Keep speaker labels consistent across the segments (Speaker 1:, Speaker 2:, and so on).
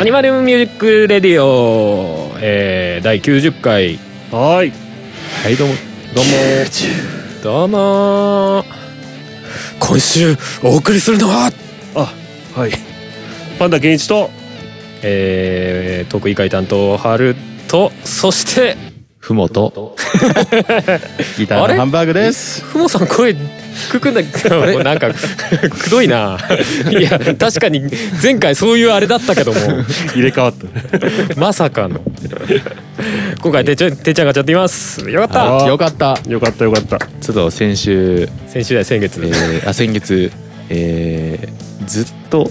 Speaker 1: アニマルミュージックレディオ、えー、第90回
Speaker 2: はーい
Speaker 1: はいどうもどうもどうも今週お送りするのは
Speaker 2: あはいパンダケンイチと
Speaker 1: えー、特異会担当春とそして
Speaker 3: ふもと。ギタ
Speaker 1: あ
Speaker 3: ー
Speaker 1: れ
Speaker 3: のハンバーグです。
Speaker 1: ふもさん声くくんだけどなんか くどいないや確かに前回そういうあれだったけども
Speaker 2: 入れ替わった
Speaker 1: まさかの今回てっちゃんてっちゃんがちゃっていますよかった
Speaker 3: あよかった。
Speaker 2: よかったよかった
Speaker 3: ちょっと先週、
Speaker 1: 先週だよ先月
Speaker 3: えー、あ、先月、えー、ずっ と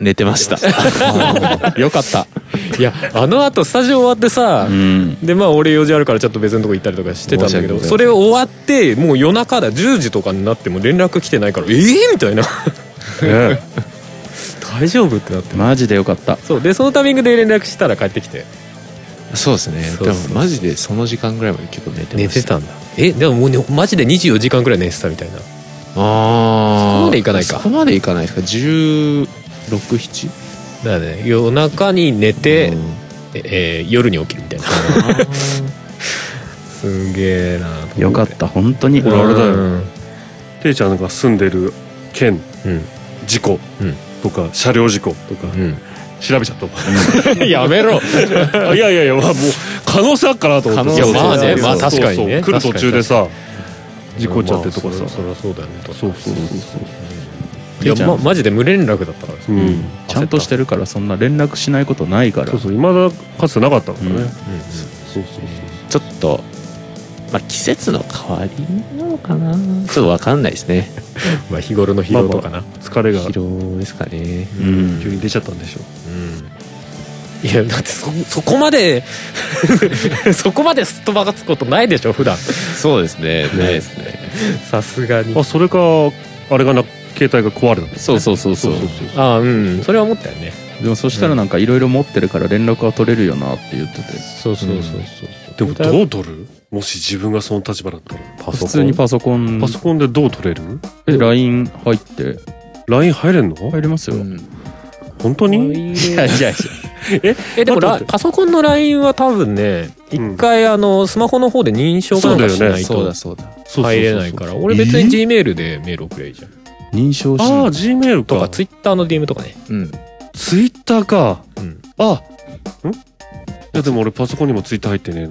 Speaker 3: 寝てました。よかった。
Speaker 1: いやあのあとスタジオ終わってさ、
Speaker 3: うん。
Speaker 1: でまあ俺用事あるからちょっと別のとこ行ったりとかしてたんだけど
Speaker 3: 申し訳ございません
Speaker 1: それを終わってもう夜中だ10時とかになっても連絡来てないからええー、みたいな
Speaker 2: ね
Speaker 1: 大丈夫ってなって
Speaker 3: マジでよかった。
Speaker 1: そうでそのタイミングで連絡したら帰ってきて
Speaker 3: そうですね。
Speaker 1: そうそう
Speaker 3: でもマジでその時間ぐらいまで結構寝てました。
Speaker 1: んだえでももう、ね、マジで24時間ぐらい寝てたみたいな
Speaker 3: ああ。
Speaker 1: そこまでいかないか
Speaker 3: そこまでいかないですか。16、7?
Speaker 1: だからね夜中に寝て、
Speaker 3: うん
Speaker 1: えー夜に起きるみたいな すげえな
Speaker 4: よかった本当に
Speaker 2: ほらあれだよ
Speaker 1: うん
Speaker 2: ていちゃんが住んでる県
Speaker 1: うん
Speaker 2: 事故
Speaker 1: うん
Speaker 2: とか車両事故とか調べちゃったもん
Speaker 1: うん やめろ
Speaker 2: あ いやいやいや、まあ、もう可能性あっからと思って
Speaker 3: 可能性いやまあね
Speaker 2: そうそう
Speaker 3: まあ
Speaker 1: 確かにね
Speaker 2: そうそう来る途中でさ事故っちゃってとか
Speaker 1: ま
Speaker 2: さ
Speaker 1: あそりゃそうだよね
Speaker 2: そうそうそうそう
Speaker 1: いや、ま、マジで無連絡だったからさ、
Speaker 2: う
Speaker 1: うん
Speaker 2: ん
Speaker 4: ちゃんとしてるからそんな連絡しないことないから
Speaker 2: そうそういまだかつてなかったからね、
Speaker 3: うん
Speaker 2: そうそうそ
Speaker 3: ちょっと、まあ、季節の変わりなのかなちょっとわかんないですね。
Speaker 1: まあ日頃の疲労とかな、
Speaker 2: う疲れが
Speaker 3: 疲労ですかね。
Speaker 4: うん
Speaker 2: 急に出ちゃったんでしょ
Speaker 1: いやだってそそこまで そこまですっ飛ばかつことないでしょ普段
Speaker 3: そうですね。ないですね。
Speaker 1: さすがに
Speaker 2: あそれかあれがな携帯が壊れたんです
Speaker 3: そうそうそうそう。
Speaker 1: ああうんそれは思ったよね
Speaker 4: でもそしたらなんかいろいろ持ってるから連絡は取れるよなって言ってて
Speaker 1: そうそうそうそう、
Speaker 2: でもどう取るもし自分がその立場だったら
Speaker 1: パ
Speaker 4: 普通にパソコン
Speaker 2: パソコンでどう取れる
Speaker 4: で LINE 入って
Speaker 2: ?LINE 入れんの
Speaker 4: 入りますよ、
Speaker 2: 本当に
Speaker 1: い
Speaker 3: いやいや
Speaker 1: えでも
Speaker 2: 待って待
Speaker 1: ら
Speaker 2: って
Speaker 1: パソコンの LINE は多分ね
Speaker 2: うん
Speaker 1: 一回あのスマホの方で認証かなんかしない
Speaker 3: そう
Speaker 1: と
Speaker 3: だそうだ。
Speaker 1: 入れないから俺
Speaker 4: え
Speaker 1: 別に G メールでメール送りゃいいじゃん
Speaker 4: 認証し
Speaker 2: ああ G メール
Speaker 1: と
Speaker 2: か
Speaker 1: か Twitter の DM とかね
Speaker 3: うん。
Speaker 2: ツイッターか
Speaker 1: うん
Speaker 2: あんいやでも俺パソコンにもツイッター入ってねえ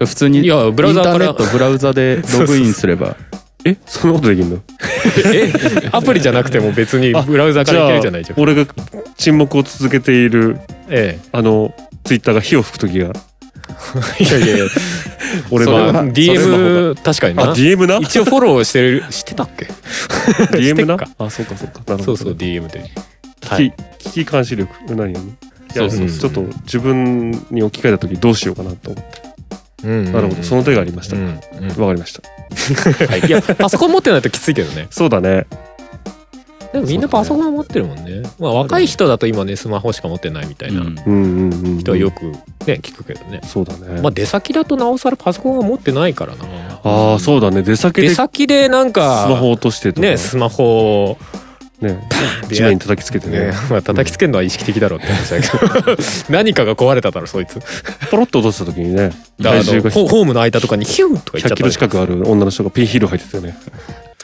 Speaker 2: な
Speaker 4: 普通
Speaker 1: い
Speaker 4: に
Speaker 1: やブラウザーか
Speaker 4: イン
Speaker 1: ら
Speaker 4: ターネットブラウザでログインすれば
Speaker 2: えそんなことできんの
Speaker 1: えアプリじゃなくても別にブラウザからいけるじゃないじゃん
Speaker 2: 俺が沈黙を続けている
Speaker 1: え
Speaker 2: あのツイッターが火を吹く時が
Speaker 1: えいやいやいや
Speaker 2: 俺
Speaker 1: まあ
Speaker 2: が
Speaker 1: DM 確かに
Speaker 2: あ
Speaker 1: な
Speaker 2: DM な
Speaker 1: 一応フォローしてるしてたっけ
Speaker 2: DM な
Speaker 1: してっか
Speaker 2: あそうかそうかなるほど
Speaker 1: そうそう DM で
Speaker 3: はい
Speaker 2: 危機危機監視力何何い
Speaker 3: そ
Speaker 2: や
Speaker 3: う
Speaker 1: そうそう
Speaker 2: ちょっと自分に置き換えた時どうしようかなと思ってな
Speaker 1: な
Speaker 2: るほどその手がありました
Speaker 1: う
Speaker 2: わ、
Speaker 1: んうん
Speaker 2: かりました
Speaker 1: はいいやパソコン持ってないときついけどね
Speaker 2: そうだね
Speaker 1: でもみんなパソコン持ってるもんねまあ若い人だと今ねスマホしか持ってないみたいな
Speaker 4: う
Speaker 2: う
Speaker 4: ん
Speaker 2: んうんうん
Speaker 1: 人はよくね聞くけどね
Speaker 2: そうだね、
Speaker 1: まあ出先だとなおさらパソコンは持ってないからな
Speaker 2: ああそうだね出先で
Speaker 1: 出
Speaker 2: ス
Speaker 1: 先でなんか
Speaker 2: マホ落としてとか
Speaker 1: ねスマホを
Speaker 2: ね
Speaker 1: で
Speaker 2: 地面に叩きつけてね
Speaker 1: ねまあ叩きつけるのは意識的だろうって話だけど 何かが壊れただろそいつ
Speaker 2: ポロッと落とした時にね
Speaker 1: だからあ
Speaker 2: 体重
Speaker 1: の
Speaker 2: が
Speaker 1: ホホームの間とかにヒュンとか行っちゃ
Speaker 2: 100
Speaker 1: っ
Speaker 2: キ
Speaker 1: た
Speaker 2: ロ
Speaker 1: りとか
Speaker 2: 近くある女の人がピンヒール履いてたよね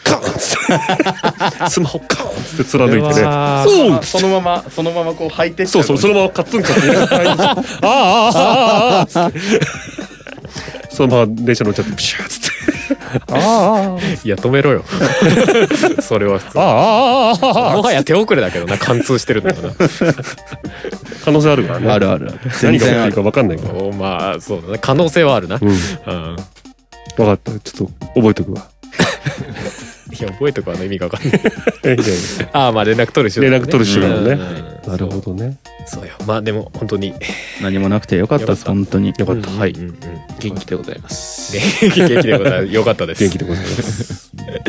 Speaker 2: カーンスマホカーンって貫いてね
Speaker 1: う
Speaker 2: おう
Speaker 3: そのまま、そのままこう履いて
Speaker 2: そうそうそのままカツンカツンああああああああつってそのまま電車乗っちゃってピシューっつって
Speaker 4: あ
Speaker 1: いや止めろ よそれは普通
Speaker 2: ああああああ
Speaker 1: もはや手遅れだけどな貫通してるんだよな
Speaker 2: 可能性あるから
Speaker 4: ああ
Speaker 2: ね
Speaker 4: るあるある
Speaker 2: 何が起
Speaker 4: 全
Speaker 2: き
Speaker 4: 然
Speaker 2: て
Speaker 4: あ
Speaker 2: る
Speaker 4: る
Speaker 2: か分かんないから
Speaker 1: おまあそうだね可能性はあるな、うん
Speaker 2: うん分かったちょっと覚えとくわ
Speaker 1: いや覚えとくはね意味が分かんない
Speaker 2: いやいやい
Speaker 1: ああまあ連絡取る手段、
Speaker 2: 連絡取る手段ね
Speaker 1: うん
Speaker 2: やなるほどね
Speaker 1: そうそうよまあでも本当に
Speaker 4: 何もなくてよかったです本当によ
Speaker 2: かった
Speaker 1: うん
Speaker 3: はい
Speaker 1: うんうん
Speaker 3: 元気でございます。
Speaker 1: 元気元気でございますよかったです
Speaker 2: 元気でございます
Speaker 1: じじゃあ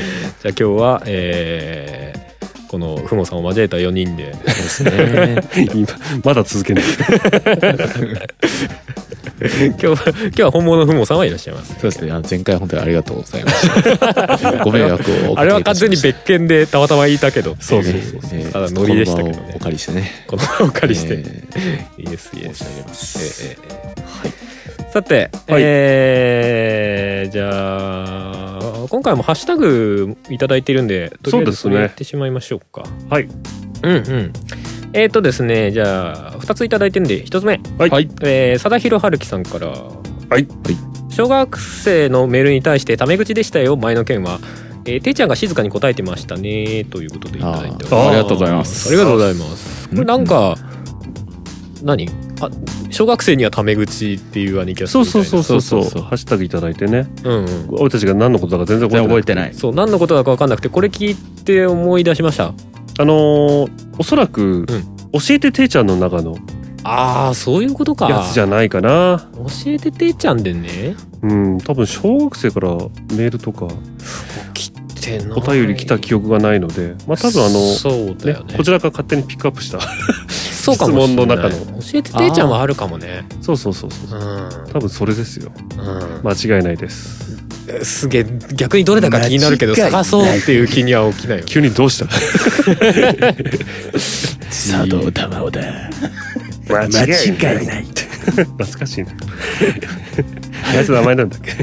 Speaker 1: 今日は、えーこのふもさんを交えた4人で
Speaker 3: ですね。
Speaker 2: 今まだ続けない
Speaker 1: 今日は今日は本物のふもさんはいらっしゃいます
Speaker 3: そうですね。あの前回本当にありがとうございました。ご迷惑をおかけいたしました。
Speaker 1: あれは完全に
Speaker 3: 別
Speaker 1: 別件でたまたまいたけど
Speaker 2: そうそう
Speaker 3: そう
Speaker 1: えーただノリでしたけどね
Speaker 3: お借りしてね。
Speaker 1: この場をお借りして、
Speaker 3: え
Speaker 1: イエスイエス
Speaker 3: 申し上げま
Speaker 1: ええええさて、
Speaker 2: はい
Speaker 1: えーじゃあ今回もハッシュタグいただいてるんでとりあえず
Speaker 2: そ
Speaker 1: そう
Speaker 2: ですね
Speaker 1: れやってしまいましょうか
Speaker 2: はい
Speaker 1: うんうんえっ、ー、とですねじゃあ2ついただいてるんで1つ目
Speaker 2: はい
Speaker 3: はい
Speaker 1: えー、貞弘春樹さんからはい小学生のメールに対してタメ口でしたよ前の件はえー、ていちゃんが静かに答えてましたねということでいただいております
Speaker 3: ーありがとうございます
Speaker 1: ありがとうございます。これなんか、何あ小学生にはタメ口っていう兄貴は
Speaker 2: そうそうそうそうそう
Speaker 3: そうそうそう
Speaker 2: ハッシュタグいただいてね
Speaker 1: う。うん、うん。
Speaker 2: 俺たちが何のことだか全然
Speaker 4: 全然
Speaker 2: 覚え
Speaker 4: 覚え
Speaker 2: て
Speaker 4: て
Speaker 2: ない
Speaker 4: ない。
Speaker 1: そう、何のことだか分かんなくて、これ聞いて思い出しました。
Speaker 2: あのーおそらく、教えててーちゃんの中の
Speaker 1: ああ、そういうことか。
Speaker 2: やつじゃないかな
Speaker 1: 教えててーちゃんでね。
Speaker 2: うん多分小学生からメールとか
Speaker 1: 来てない。
Speaker 2: お便り来た記憶がないのでまあ多分あの
Speaker 1: そうだよね。
Speaker 2: ね、こちらから勝手にピックアップした
Speaker 1: そうかもしれない
Speaker 2: 質問の中の
Speaker 1: 教えててーちゃんはあるかもね。
Speaker 2: そうそうそうそう
Speaker 1: うん。
Speaker 2: 多分それですよ
Speaker 1: うん
Speaker 2: 間違いないです
Speaker 1: えすげえ、逆にどれだか気になるけど、探そうっていう気には起きないよね。
Speaker 2: 急にどうした
Speaker 3: 佐藤玉緒だ。
Speaker 2: 間違いない 懐かしいな あいつ名前なんだっけ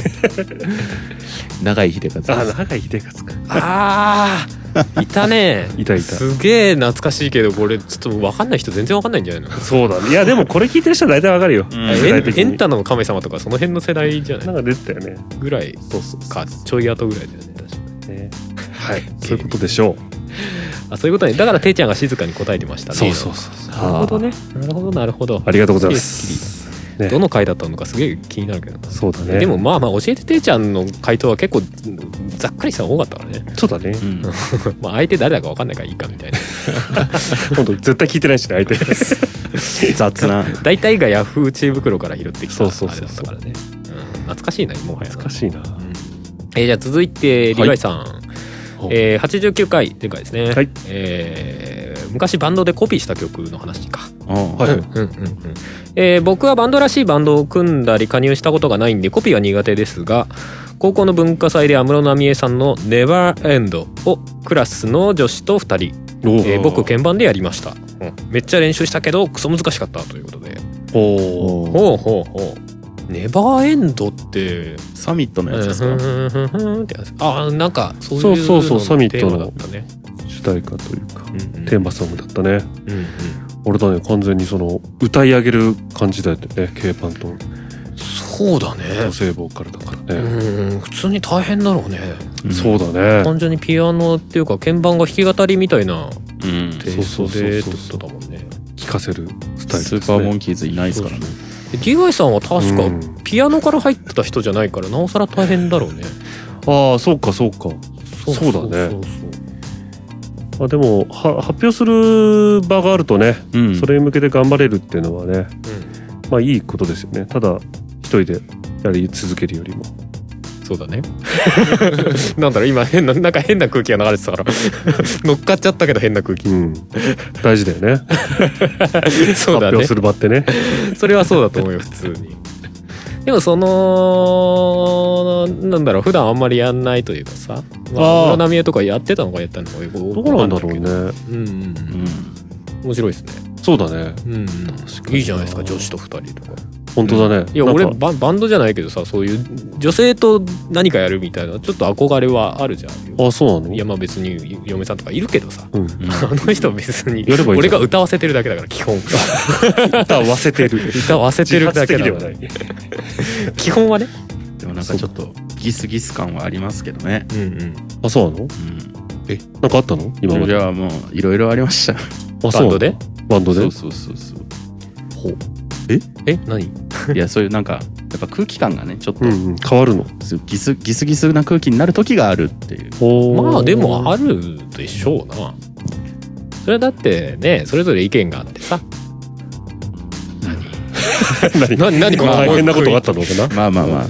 Speaker 3: 長井秀和です。
Speaker 2: あ 長井秀勝か
Speaker 1: ああ、 いたね。
Speaker 2: いたいた
Speaker 1: すげえ懐かしいけどこれちょっと分かんない人全然分かんないんじゃないの
Speaker 2: そうだねいやでもこれ聞いてる人は大体わかるよ、
Speaker 3: ん
Speaker 1: え
Speaker 2: 世代
Speaker 1: エ
Speaker 2: 的
Speaker 1: ンエン
Speaker 2: に
Speaker 1: タの神様とかその辺の世代じゃな
Speaker 2: ないんか出てたよね
Speaker 1: ぐらいそうそうかちょい後ぐらいだよね確か
Speaker 2: ねはい そういうことでしょ
Speaker 1: あそういうことねだからていちゃんが静かに答えてました
Speaker 2: う
Speaker 1: ね
Speaker 2: そうそうそうそう
Speaker 1: なるほどねなるほどなるほど
Speaker 2: ありがとうございますね
Speaker 1: どの回だったのかすげえ気になるけどな
Speaker 2: そうだね
Speaker 1: でもまあまあ教えてていちゃんの回答は結構ざっくりしたの多かったからね
Speaker 2: そうだね
Speaker 4: うん。
Speaker 1: まあ相手誰だか分かんないからいいかみたいな
Speaker 2: 今度絶対聞いてないしね相手
Speaker 3: 雑 な。
Speaker 1: 大体がヤフー知恵袋から拾ってきた
Speaker 2: そ
Speaker 1: あ
Speaker 2: うそう
Speaker 1: れ
Speaker 2: そ
Speaker 1: だっ
Speaker 2: うそ
Speaker 1: た
Speaker 2: う
Speaker 1: からねうん懐かしいなもはやな
Speaker 2: 懐かしいな
Speaker 1: えーじゃあ続いてリヴァイさん、
Speaker 3: ほう
Speaker 1: えー、89回前回ですね、
Speaker 2: はい
Speaker 1: えー昔バンドでコピーした曲の話か、
Speaker 4: は
Speaker 2: はい
Speaker 1: うんうんうんえー僕はバンドらしいバンドを組んだり加入したことがないんでコピーは苦手ですが高校の文化祭で安室奈美恵さんの「ネバーエンドをクラスの女子と2人、
Speaker 2: お
Speaker 1: えー僕鍵盤でやりました、うんめっちゃ練習したけどクソ難しかったということで
Speaker 2: お
Speaker 3: おー
Speaker 1: ほうほうほうネバーエンドって
Speaker 4: サミットのやつです
Speaker 1: う
Speaker 4: か
Speaker 1: んふんふんふんふんってやつあなんかそういう
Speaker 2: そうそうそうサミットの
Speaker 1: のがテーマだったね、
Speaker 2: 主題歌というか
Speaker 1: うんうん
Speaker 2: テーマソングだったね
Speaker 1: うんうん
Speaker 2: 俺だね完全にその歌い上げる感じだよね K パンと
Speaker 1: そうだ
Speaker 2: 女
Speaker 1: ね
Speaker 2: 性ボーカルだから
Speaker 1: う
Speaker 2: ね、
Speaker 1: ん普通に大変だろうね
Speaker 2: そうだね
Speaker 1: 単純にピアノっていうか鍵盤が弾き語りみたいな
Speaker 4: うん。
Speaker 1: テイストでって
Speaker 2: そうそ
Speaker 1: こ
Speaker 2: うそうそう
Speaker 1: とだもんね
Speaker 2: 聴かせるスタイル
Speaker 3: ス
Speaker 2: ですね
Speaker 3: ーパーモンキーズいないですからね。
Speaker 1: で DY さんは確
Speaker 2: う
Speaker 1: か
Speaker 2: ん
Speaker 1: ピアノから入ってた人じゃないからなおさら大変だろうね
Speaker 2: ああそうかそうかそうだね
Speaker 1: そうそう
Speaker 2: あでもは発表する場があるとね、
Speaker 3: うん
Speaker 2: それに向けて頑張れるっていうのはね
Speaker 1: うん
Speaker 2: まあいいことですよねただ一人でやり続けるよりも
Speaker 1: そうだね なんだろう今変ななんか変な空気が流れてたから 乗っかっちゃったけど変な空気
Speaker 2: うん 大事だよね
Speaker 1: そう
Speaker 2: 発
Speaker 1: だ
Speaker 2: 表
Speaker 1: ね
Speaker 2: する場ってね
Speaker 1: それはそうだと思うよ普通にでもそのなんだろう普段あんまりやんないというかさまあ
Speaker 2: あー
Speaker 1: 安室奈美恵とかやってたのかやったのかよくど
Speaker 2: どうなんだろうね
Speaker 1: うんうん
Speaker 4: う
Speaker 1: うん
Speaker 4: ん。
Speaker 1: 面白いですね
Speaker 2: そうだね
Speaker 1: うんうんいいじゃないですか女子と二人とか
Speaker 2: 本当だね、
Speaker 1: いや
Speaker 2: なんか
Speaker 1: 俺ババンドじゃないけどさそういう女性と何かやるみたいなちょっと憧れはあるじゃん
Speaker 2: あそうなの
Speaker 1: いやまあ別に嫁さんとかいるけどさ
Speaker 2: うん、
Speaker 1: あの人は別に
Speaker 2: やればいいじゃん
Speaker 1: 俺が歌わせてるだけだから基 本
Speaker 2: 歌わせてる
Speaker 1: 歌わせてるだけだか
Speaker 2: 自発
Speaker 1: ら
Speaker 2: 的ではない
Speaker 1: 基本はね
Speaker 4: でもなんかちょっとギスギス感はありますけどね。
Speaker 1: うんうん
Speaker 2: あそうなの
Speaker 4: うん。
Speaker 2: なんかあったの今ま
Speaker 4: い
Speaker 2: で
Speaker 4: やもういろいろありました。
Speaker 2: あ
Speaker 1: バ
Speaker 2: そう
Speaker 1: ンドで
Speaker 2: バンドで
Speaker 4: そうそうそうそう。
Speaker 1: え何
Speaker 4: いやそういうなんかやっぱ空気感がねちょっと
Speaker 2: うんうん、変わるの
Speaker 4: そうギスギスギスな空気になる時があるっていう。
Speaker 2: おー
Speaker 1: まあで もあるでしょうなそれはだってねそれぞれ意見があってさ
Speaker 2: 何
Speaker 1: な何この
Speaker 2: 変なことがあったのかな
Speaker 4: まあまあまあ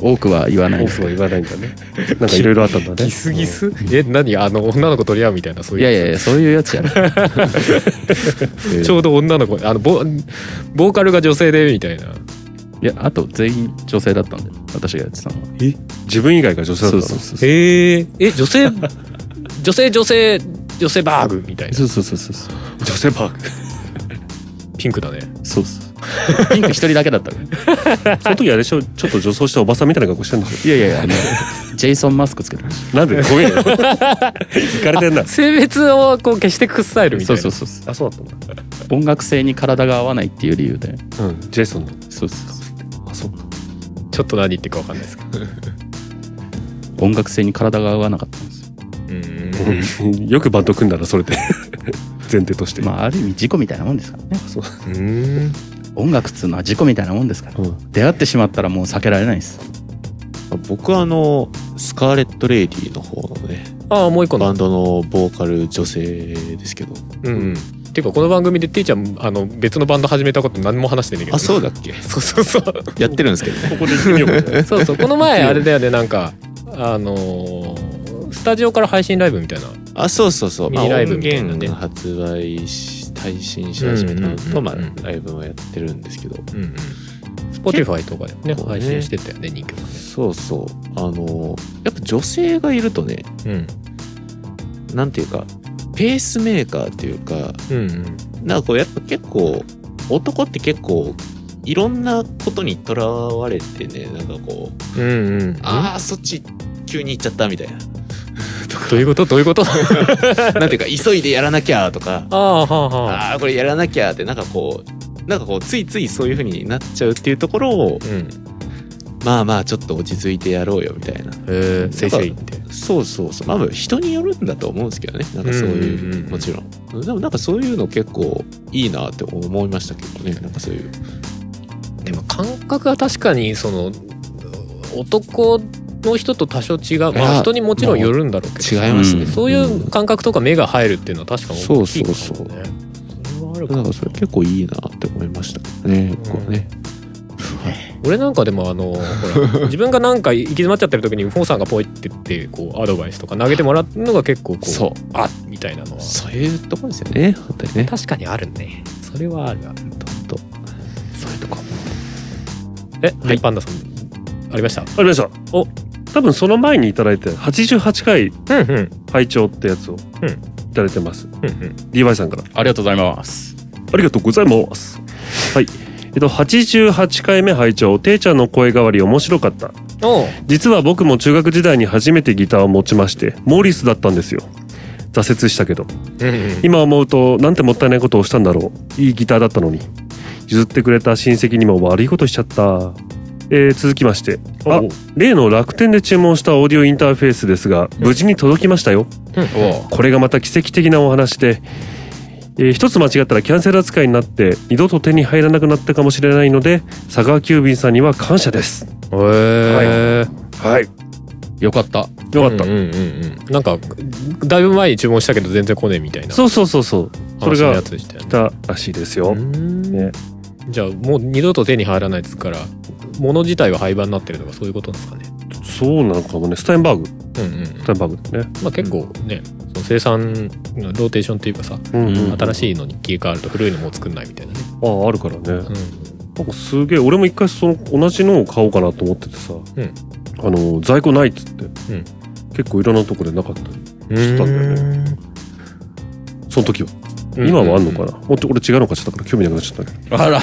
Speaker 4: 多くは言わない
Speaker 2: 多
Speaker 4: です
Speaker 2: くは言わないんだね。なんかいろいろ あったんだね。
Speaker 1: ギスギスえ何あの女の子取り合うみたいなそう
Speaker 4: い
Speaker 1: いう
Speaker 4: や
Speaker 1: や
Speaker 4: い
Speaker 1: つ
Speaker 4: やいやそういうやつじゃないえ
Speaker 1: ちょうど女の子あのボボーカルが女性でみたいない
Speaker 4: やあと全員女性だったんで私がやってたのは
Speaker 2: え自分以外が女性だった
Speaker 4: そ
Speaker 2: の
Speaker 4: うそうそうそう
Speaker 1: へええ女性女性女性女性バーグみたいな
Speaker 4: そうそうそうそうそう
Speaker 2: 女性パーク。
Speaker 1: ピンクだね
Speaker 4: そうそうピンク一人だけだったから
Speaker 2: その時あれでしょ、ちょっと女装したおばさんみたいな格好してるんでし
Speaker 4: いやいやい やあのジェイソン・マスクつけてまし
Speaker 2: ょ。なんでごめ んよ。行かれてんな。
Speaker 1: 性別をこう消していくスタイル
Speaker 4: た
Speaker 1: みた
Speaker 4: そ
Speaker 1: いうな
Speaker 4: そうそうそ
Speaker 2: あ、そうだったんだ。
Speaker 4: う音楽性に体が合わないっていう理由で
Speaker 2: うん、ジェイソンの。
Speaker 4: そうそうそ
Speaker 2: あ、そうか。
Speaker 1: ちょっと何言ってるかわかんないですけど
Speaker 4: う音楽性に体が合わなかったんですよ
Speaker 2: よくバンド組んだらそれで 前提として。
Speaker 4: まあある意味事故みたいなもんですからね
Speaker 2: あ、そう。
Speaker 1: うん
Speaker 4: 音楽っつうのは事故みたいなもんですから
Speaker 2: うん。
Speaker 4: 出会ってしまったらもう避けられないです
Speaker 3: 僕はあのスカーレット・レイディの方のね
Speaker 1: ああもう一個
Speaker 3: バ
Speaker 1: の
Speaker 3: ンドのボーカル女性ですけど
Speaker 1: うん、うん、ていうかこの番組でてぃちゃんあの別のバンド始めたこと何も話してねえけど
Speaker 3: あそうだっけ
Speaker 1: そうそうそう
Speaker 3: やってるんですけどね
Speaker 2: ここで行ってみようかね。
Speaker 1: そうそうこの 前あれだよねなんかあのースタジオから配信ライブみたいな
Speaker 3: あそうそうそう、まあ、
Speaker 1: ミニライブ
Speaker 3: 音
Speaker 1: みたいなね
Speaker 3: 源発売し配信し始めたの
Speaker 1: うんうんうんう
Speaker 3: と
Speaker 1: ん
Speaker 3: まあライブもやってるんですけど
Speaker 1: うんうん Spotify とかでね
Speaker 3: 結構ね
Speaker 1: 配信してたよね人気もね
Speaker 3: そうそうあのやっぱ女性がいるとねなんていうかペースメーカーっていうか
Speaker 1: うんうん
Speaker 3: なんかこうやっぱ結構男って結構いろんなことにとらわれてねなんかこう
Speaker 1: うんうん
Speaker 3: ああそっち急に行っちゃったみたいな
Speaker 1: どういうことどういうこと あ
Speaker 3: なんていうか急いでやらなきゃ とか
Speaker 1: あはあはあ
Speaker 3: ああこれやらなきゃってなんかこうなんかこうついついそういう風になっちゃうっていうところを
Speaker 1: うん
Speaker 3: まあまあちょっと落ち着いてやろうよみたい
Speaker 1: へ
Speaker 3: な
Speaker 1: えせいせいって
Speaker 3: そうそうそうまあ人によるんだと思うんですけどねなんかそういう,、
Speaker 1: うんうんうん
Speaker 3: もちろんでもなんかそういうの結構いいなって思いましたけどねなんかそういう
Speaker 1: でも感覚は確かにその男の人と多少違う
Speaker 3: い
Speaker 1: まあ
Speaker 3: や
Speaker 1: 人にもちろんよるんだろうけど
Speaker 3: 違いますね、
Speaker 4: うん
Speaker 1: そういう感覚とか目が入るっていうのは確かに大きいかもね
Speaker 3: そうそうそう
Speaker 1: それはある
Speaker 3: うん
Speaker 1: か
Speaker 3: なん
Speaker 1: も
Speaker 3: かそれ結構いいなって思いましたけどね僕はね、
Speaker 1: 俺なんかでもあのほら自分がなんか行き詰まっちゃってる時にフォーさんがポイって言ってこうアドバイスとか投げてもらうのが結構こう
Speaker 3: そう
Speaker 1: あっみたいなのは
Speaker 3: そういうとこですよね本当にね
Speaker 1: 確かにあるねそれはあるある
Speaker 3: ととそういうとこ
Speaker 1: え、
Speaker 3: は
Speaker 1: はいパンダさんありました
Speaker 2: わかりました。
Speaker 1: お
Speaker 2: 多分その前にいただいて、88回
Speaker 1: うんうん
Speaker 2: 拝聴ってやつを
Speaker 1: うん
Speaker 2: いただいてます。
Speaker 1: うんうん
Speaker 2: DY さんから。
Speaker 4: ありがとうございます
Speaker 2: ありがとうございます。はい。えっと、88回目拝聴ていちゃんの声変わり面白かった。
Speaker 1: おう
Speaker 2: 実は僕も中学時代に初めてギターを持ちまして、モーリスだったんですよ。挫折したけど。
Speaker 1: うんうん
Speaker 2: 今思うと、なんてもったいないことをしたんだろう。いいギターだったのに。譲ってくれた親戚にも悪いことしちゃった。えー、続きまして。あ
Speaker 1: おう、
Speaker 2: 例の楽天で注文したオーディオインターフェースですが、無事に届きましたよ。
Speaker 4: おう
Speaker 2: これがまた奇跡的なお話で、えー一つ間違ったらキャンセル扱いになって二度と手に入らなくなったかもしれないので佐川急便さんには感謝です
Speaker 1: へえ
Speaker 2: はい
Speaker 4: よかった
Speaker 2: よかった、
Speaker 1: うんうんうんうんなんかだいぶ前に注文したけど全然来ねえみたいな
Speaker 2: そうそうそうそうそれ
Speaker 1: 話のや
Speaker 2: が
Speaker 1: つでしたよ
Speaker 2: 来
Speaker 1: ね
Speaker 2: たらしいですよ、
Speaker 1: うーん
Speaker 2: ね
Speaker 1: じゃあもう二度と手に入らないですから物自体が廃盤になってるとかそういうことなんですかね
Speaker 2: そうなのかもねスタインバーグス
Speaker 1: うんうん
Speaker 2: タインバーグだね、
Speaker 1: まあ結構ね、その生産のローテーションっていうかさ、
Speaker 2: うんうん
Speaker 1: 新しいのに切り替わると古いのもう作んないみたいなね、
Speaker 2: あああるからねなん
Speaker 1: うん、
Speaker 2: かすげえ俺も一回その同じのを買おうかなと思っててさ、
Speaker 1: ん
Speaker 2: あの在庫ないっつって、
Speaker 1: ん
Speaker 2: 結構いろんなとこでなかったり
Speaker 1: 知
Speaker 2: ったんだよ
Speaker 1: ね
Speaker 2: その時は今はあんのかな、もっと俺違うのかちょっとだから興味なくなっちゃったけど
Speaker 4: あら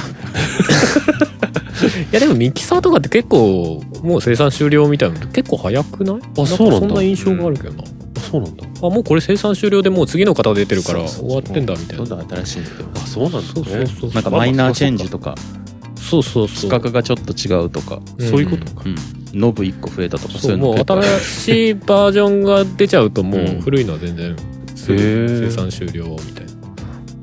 Speaker 1: いやでもミキサーとかって結構もう生産終了みたいなのって結構早くないあ
Speaker 2: そうなんだ
Speaker 1: そんな印象があるけどな、
Speaker 2: あそうなんだ
Speaker 1: あもうこれ生産終了でもう次の方出てるから
Speaker 3: そうそう
Speaker 1: 終わ
Speaker 3: そう
Speaker 1: ってんだみたいな
Speaker 3: どんどん新しいの出ます
Speaker 2: そうなんだ、ね、
Speaker 1: そうそうそう
Speaker 4: なんかマイナーチェンジとか
Speaker 1: そうそうそう
Speaker 4: 規格がちょっと違うとか
Speaker 1: うん
Speaker 2: そういうことか。
Speaker 4: うんノブ1個増えたとか
Speaker 1: そ
Speaker 4: そうういう
Speaker 1: も
Speaker 4: の
Speaker 1: う
Speaker 4: 結構
Speaker 1: 新しいバージョンが出ちゃうともう
Speaker 4: うん
Speaker 1: 古いのは全然生
Speaker 2: へ
Speaker 1: 産終了みたいな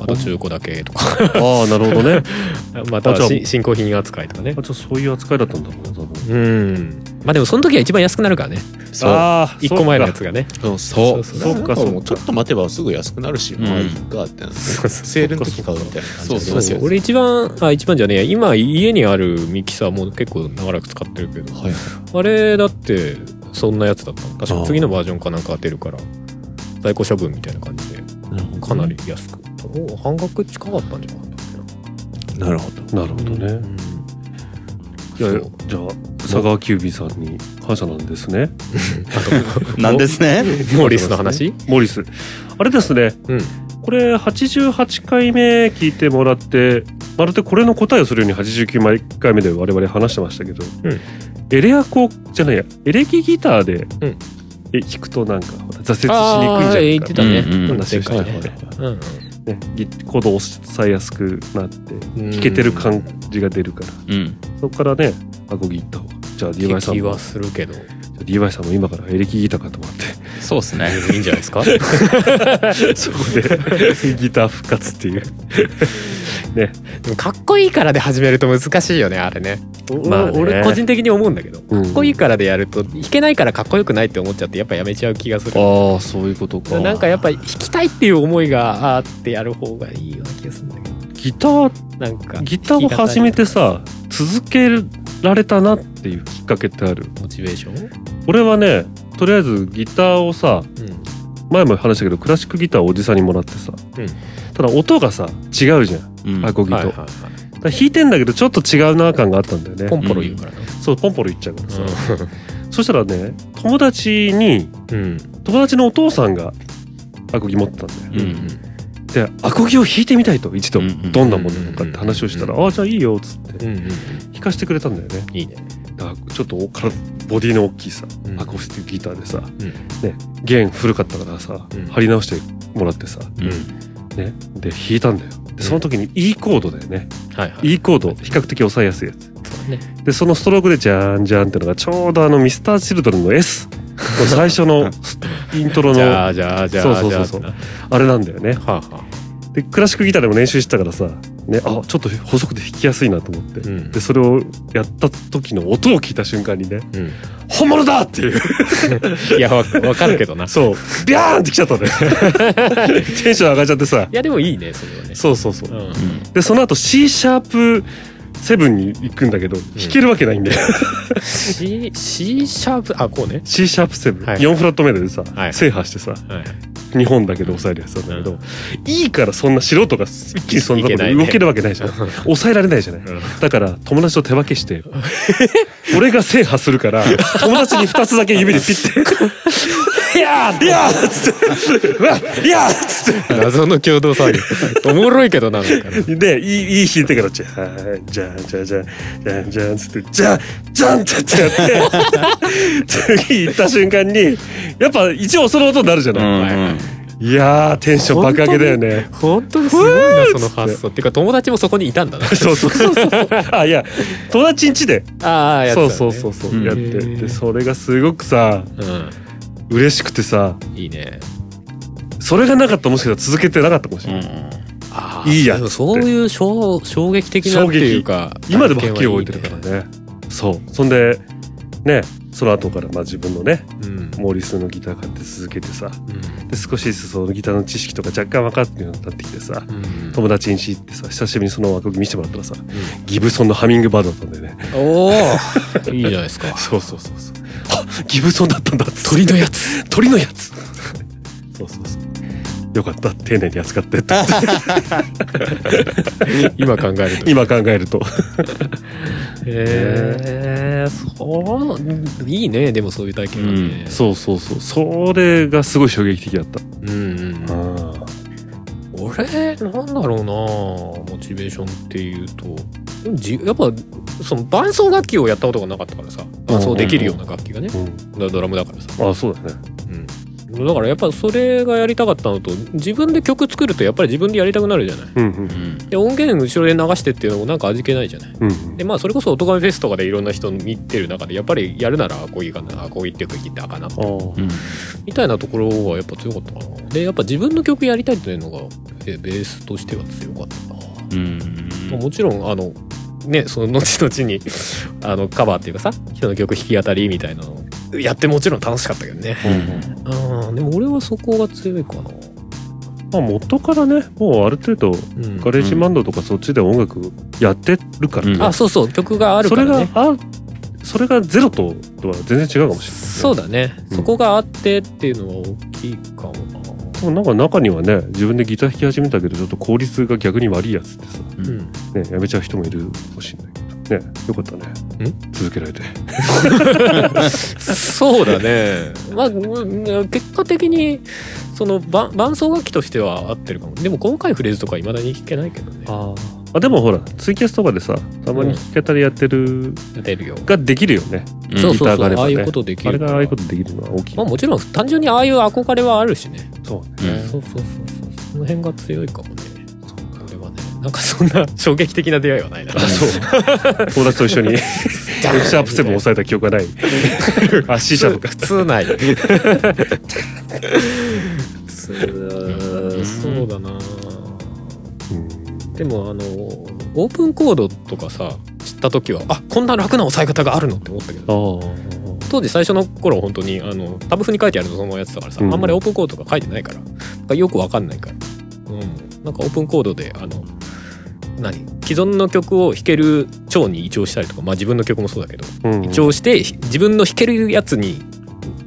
Speaker 1: あと中古だけ とか
Speaker 2: ああ、なるほどね。
Speaker 1: ま
Speaker 2: あ
Speaker 1: た
Speaker 2: じゃあ
Speaker 1: し新興品扱いとかね
Speaker 2: あ、ちょっとそういう扱いだったんだもんね、多分。
Speaker 1: うんまあでもその時は一番安くなるからね
Speaker 3: そう
Speaker 2: ああ
Speaker 1: 1個前のやつが
Speaker 2: が
Speaker 1: ね
Speaker 3: そうそう
Speaker 1: そう
Speaker 2: そう
Speaker 3: なんか
Speaker 2: そうか
Speaker 3: もうちょっと待てばすぐ安くなるし、
Speaker 4: うん
Speaker 3: まあいいかってなって
Speaker 1: そうそう
Speaker 3: セールの時買うみたいな感じ
Speaker 4: そう
Speaker 3: ありますよね
Speaker 1: 俺一番あ一番じゃねえや今家にあるミキサーもう結構長らく使ってるけど
Speaker 3: はい
Speaker 1: あれだってそんなやつだったの確
Speaker 2: あ
Speaker 1: か
Speaker 2: ー
Speaker 1: 次のバージョンかなんか当てるから在庫処分みたいな感じでかなり安く、お半額近かったんじゃなかったっ
Speaker 3: なるほど
Speaker 2: なるほどね、
Speaker 1: けな、うん
Speaker 2: いや
Speaker 1: そ
Speaker 2: じゃ
Speaker 1: う
Speaker 2: あ佐川急便さんに感謝なんですね
Speaker 4: なんですね。
Speaker 1: モーリスの話
Speaker 2: モリスあれですね、
Speaker 1: うん
Speaker 2: これ88回目聞いてもらってまるでこれの答えをするように89回目で我々話してましたけど、
Speaker 1: うん
Speaker 2: エレアコじゃないやエレキギターで、
Speaker 1: うん
Speaker 2: え弾くとなんかほら挫折しにくいじゃ
Speaker 1: あ
Speaker 2: ん
Speaker 1: ー言って
Speaker 4: う
Speaker 1: た
Speaker 4: ん
Speaker 1: ね、
Speaker 4: うん
Speaker 1: こんな世
Speaker 2: は
Speaker 1: 界
Speaker 2: い
Speaker 1: ね
Speaker 2: はいはい
Speaker 1: うんうん
Speaker 2: ね、ぎコードを抑えやすくなって弾けてる感じが出るから、
Speaker 4: うん。
Speaker 2: そこからねアコギ行った方がじゃあ DY さん
Speaker 1: 気
Speaker 2: も
Speaker 1: はするけど
Speaker 2: じゃあ DY さんも今からエレキギターかと思って
Speaker 4: そうですね。
Speaker 1: いいんじゃないですか
Speaker 2: そこで ギター復活っていう
Speaker 1: でもかっこいいからで始めると難しいよねあれね
Speaker 2: まあね
Speaker 1: 俺個人的に思うんだけどか
Speaker 2: うん
Speaker 1: っこいいからでやると弾けないからかっこよくないって思っちゃってやっぱやめちゃう気がする
Speaker 4: ああ、そういうことか。
Speaker 1: なんかやっぱ弾きたいっていう思いがあってやる方がいいような気がするんだけど
Speaker 2: ギター
Speaker 1: なんか
Speaker 2: ギターを始めてさ続けられたなっていうきっかけってある
Speaker 1: モチベーション、
Speaker 2: 俺はねとりあえずギターをさ前も話したけどクラシックギターをおじさんにもらってさ、
Speaker 1: うん
Speaker 2: ただ音がさ違うじゃん
Speaker 4: うん、
Speaker 2: アコギと、
Speaker 1: はいはい
Speaker 2: だか
Speaker 1: は
Speaker 2: ら弾いてんだけどちょっと違うな感があったんだよね
Speaker 1: い、ポンポロ言うからな、
Speaker 2: そうポンポロいっちゃうからさ、
Speaker 1: う
Speaker 2: そしたらね友達に
Speaker 1: ん
Speaker 2: 友達のお父さんがアコギ持ってたんだよ、
Speaker 4: うん
Speaker 2: でアコギを弾いてみたいと一度、
Speaker 4: うんうん
Speaker 2: どんなものなのかって話をしたら「
Speaker 1: うんうん
Speaker 2: ああじゃあいいよ」っつって
Speaker 1: うんうん
Speaker 2: 弾かしてくれたんだよね
Speaker 1: いいね、
Speaker 2: だからちょっとおからボディの大きいさ
Speaker 1: うん
Speaker 2: アコースティックギターでさ、
Speaker 1: ん
Speaker 2: ね、弦古かったからさ、
Speaker 1: うん
Speaker 2: 張り直してもらってさ、
Speaker 4: うん。
Speaker 2: ね、で弾いたんだよでその時に E コードだよね、
Speaker 1: はいはい
Speaker 2: E コード比較的抑えやすいやつ
Speaker 1: そうだね
Speaker 2: でそのストロークでジャーンジャーンってのがちょうどあのミスターチルドレン の S の最初のイントロ
Speaker 1: じ
Speaker 2: の
Speaker 1: ゃあじゃあじゃあ
Speaker 2: そうそうそうそう
Speaker 1: じゃあって
Speaker 2: あれなんだよね
Speaker 1: なはあは
Speaker 2: でクラシックギターでも練習してたからさ、ね、あちょっと細くて弾きやすいなと思って、
Speaker 1: あうん
Speaker 2: でそれをやった時の音を聞いた瞬間にね
Speaker 1: うん
Speaker 2: 本物だっていう
Speaker 1: いやわわかるけどない
Speaker 2: そうビャーンってきちゃったね テンション上がっちゃってさ
Speaker 1: やでもいいねそれはね
Speaker 2: そうそうそううんでその後 C シャープ7に行くんだけど弾けるわけないんだよ
Speaker 1: C, C シャープあこうね
Speaker 2: C シャープ7、
Speaker 1: はい
Speaker 2: 4フラット目でさ、
Speaker 1: はい
Speaker 2: 制覇してさ
Speaker 1: はい
Speaker 2: 日本だけど抑えるやつなんだけど、
Speaker 1: うん
Speaker 2: いいからそんな素人が一気にそんなと
Speaker 1: い
Speaker 2: こ
Speaker 1: けな
Speaker 2: で
Speaker 1: いね
Speaker 2: 動けるわけないじゃん、抑えられないじゃない、
Speaker 1: うん
Speaker 2: だから友達と手分けして 俺が制覇するから友達に2つだけ指でピ ッて「いやーいやー!」っつって「うわいやー!」っつって
Speaker 1: 謎の共同作業 おもろいけどななんかね
Speaker 2: で、いい、いい弾いてから、じゃん、じゃん、じゃん、じゃん、じゃん、じゃん、つって、じゃん、じゃんってやって、次行った瞬間に、やっぱ一応その音になるじゃ
Speaker 4: う
Speaker 2: ない。
Speaker 4: んうん
Speaker 2: いやー、テンション爆上げだよね。
Speaker 1: 本当にすごいなその発想っていうか友達もそこにいたんだな
Speaker 2: そうそうそうそう。あ、いや、友達ん家で、
Speaker 1: ああやってた、
Speaker 2: そ
Speaker 1: ね、
Speaker 2: うそうそううそうう、
Speaker 4: ん
Speaker 2: やって。で、それがすごくさ、
Speaker 1: う
Speaker 2: 嬉しくてさ、
Speaker 1: んいいね
Speaker 2: それがなかったらもしかしたら続けてなかったかもしれ
Speaker 4: う
Speaker 2: ない。
Speaker 4: ん。
Speaker 1: あ
Speaker 2: ーいいやつって
Speaker 1: そういう衝衝撃的なっていうか
Speaker 2: 今でもはっきり覚えてるからね。そう。そんで、ね、その後から、まあ自分のね、
Speaker 1: らうん、
Speaker 2: モーリスのギター買って続けてさ、
Speaker 1: うん
Speaker 2: で少しずつそのギターの知識とか若干分かってるようになってきてさ
Speaker 1: うん
Speaker 2: 友達に知ってさ久しぶりにその枠組み見せてもらったらさギブソンのハミングバードだったんだよね
Speaker 1: おおいいじゃないですか
Speaker 2: そうそうそうそうあギブソンだったんだ
Speaker 1: 鳥のや
Speaker 2: つ 鳥のやつそうそうそうよかった丁寧に扱ってって
Speaker 1: 今考えると
Speaker 2: 今考えると
Speaker 1: へえそういいねでもそういう体験はね、
Speaker 2: そうそうそうそれがすごい衝撃的だった
Speaker 1: うんうんうん
Speaker 2: あ
Speaker 1: 俺なんだろうなモチベーションっていうとでもじやっぱその伴奏楽器をやったことがなかったからさ伴奏できるような楽器がね、
Speaker 2: うん
Speaker 1: ドラムだからさ、
Speaker 2: あそうだね
Speaker 1: うん、だからやっぱそれがやりたかったのと自分で曲作るとやっぱり自分でやりたくなるじゃない
Speaker 2: うんうん
Speaker 4: うん。
Speaker 1: で音源後ろで流してっていうのもなんか味気ないじゃない
Speaker 2: うんうん
Speaker 1: でまあそれこそ音楽フェスとかでいろんな人見てる中でやっぱりやるならアコギかなアコギっていうかギターかな
Speaker 2: あー
Speaker 4: うん。
Speaker 1: みたいなところはやっぱ強かったかなでやっぱ自分の曲やりたいというのがえベースとしては強かったな
Speaker 4: うん。
Speaker 1: まあもちろんあのねその後々に あのカバーっていうかさ人の曲弾き語りみたいなのをやってもちろん楽しかったけどねあーでも俺はそこが強いかな
Speaker 2: まあ元からねもうある程度
Speaker 1: うん
Speaker 2: ガレージバンドとかそっちで音楽やってるからね、
Speaker 4: うん
Speaker 1: あそうそう曲がある
Speaker 2: そ
Speaker 1: か
Speaker 2: れ
Speaker 1: ら
Speaker 2: が
Speaker 1: ね
Speaker 2: あそれがゼロとは全然違うかもしれない、
Speaker 1: そうだね、
Speaker 2: うん
Speaker 1: そこがあってっていうのは大きいかもな
Speaker 2: でもなんか中にはね自分でギター弾き始めたけどちょっと効率が逆に悪いやつってさ、
Speaker 1: う
Speaker 4: うん
Speaker 1: ん
Speaker 2: ね、やめちゃう人もいるかもしれないけどねよかったね続けられて
Speaker 1: そうだね。まあ、うん結果的に、その、ば伴奏楽器としては合ってるかも。でも、細かいフレーズとか、いまだに弾けないけどね。
Speaker 2: ああでもほらツイキャスとかでさたまに弾き語りやってる
Speaker 1: 出るよ。
Speaker 2: ができるよね、
Speaker 4: うん
Speaker 1: そうそう
Speaker 2: ギターが
Speaker 1: そ
Speaker 2: あ
Speaker 1: う、
Speaker 2: れば
Speaker 1: あ
Speaker 2: ね
Speaker 1: あいうことでき
Speaker 2: あ
Speaker 1: る
Speaker 2: れ
Speaker 1: か
Speaker 2: が
Speaker 1: ら。
Speaker 2: ああいうことできるのは大きい、
Speaker 1: まあ、もちろん、単純にああいう憧れはあるしね。
Speaker 2: そう
Speaker 4: うん
Speaker 1: そうそうそう。その辺が強いかもね。これはね、なんかそんな衝撃的な出会いはないな。
Speaker 2: そう友達と一 緒に F シャープ7を抑えた記憶がない あ C シャープか
Speaker 1: 普通ない。普通
Speaker 4: ん
Speaker 1: そうだな。
Speaker 2: うん
Speaker 1: でもあのオープンコードとかさ知った時はあこんな楽な押さえ方があるのって思ったけど
Speaker 2: ああ
Speaker 1: 当時最初の頃本当にあのタブ譜に書いてあるのそのやつだからさ、
Speaker 2: うん
Speaker 1: あんまりオープンコードとか書いてないからなんかよくわかんないから、うん、なんかオープンコードであの何既存の曲を弾ける調に移調したりとかまあ自分の曲もそうだけど
Speaker 2: うん
Speaker 1: 移調して自分の弾けるやつに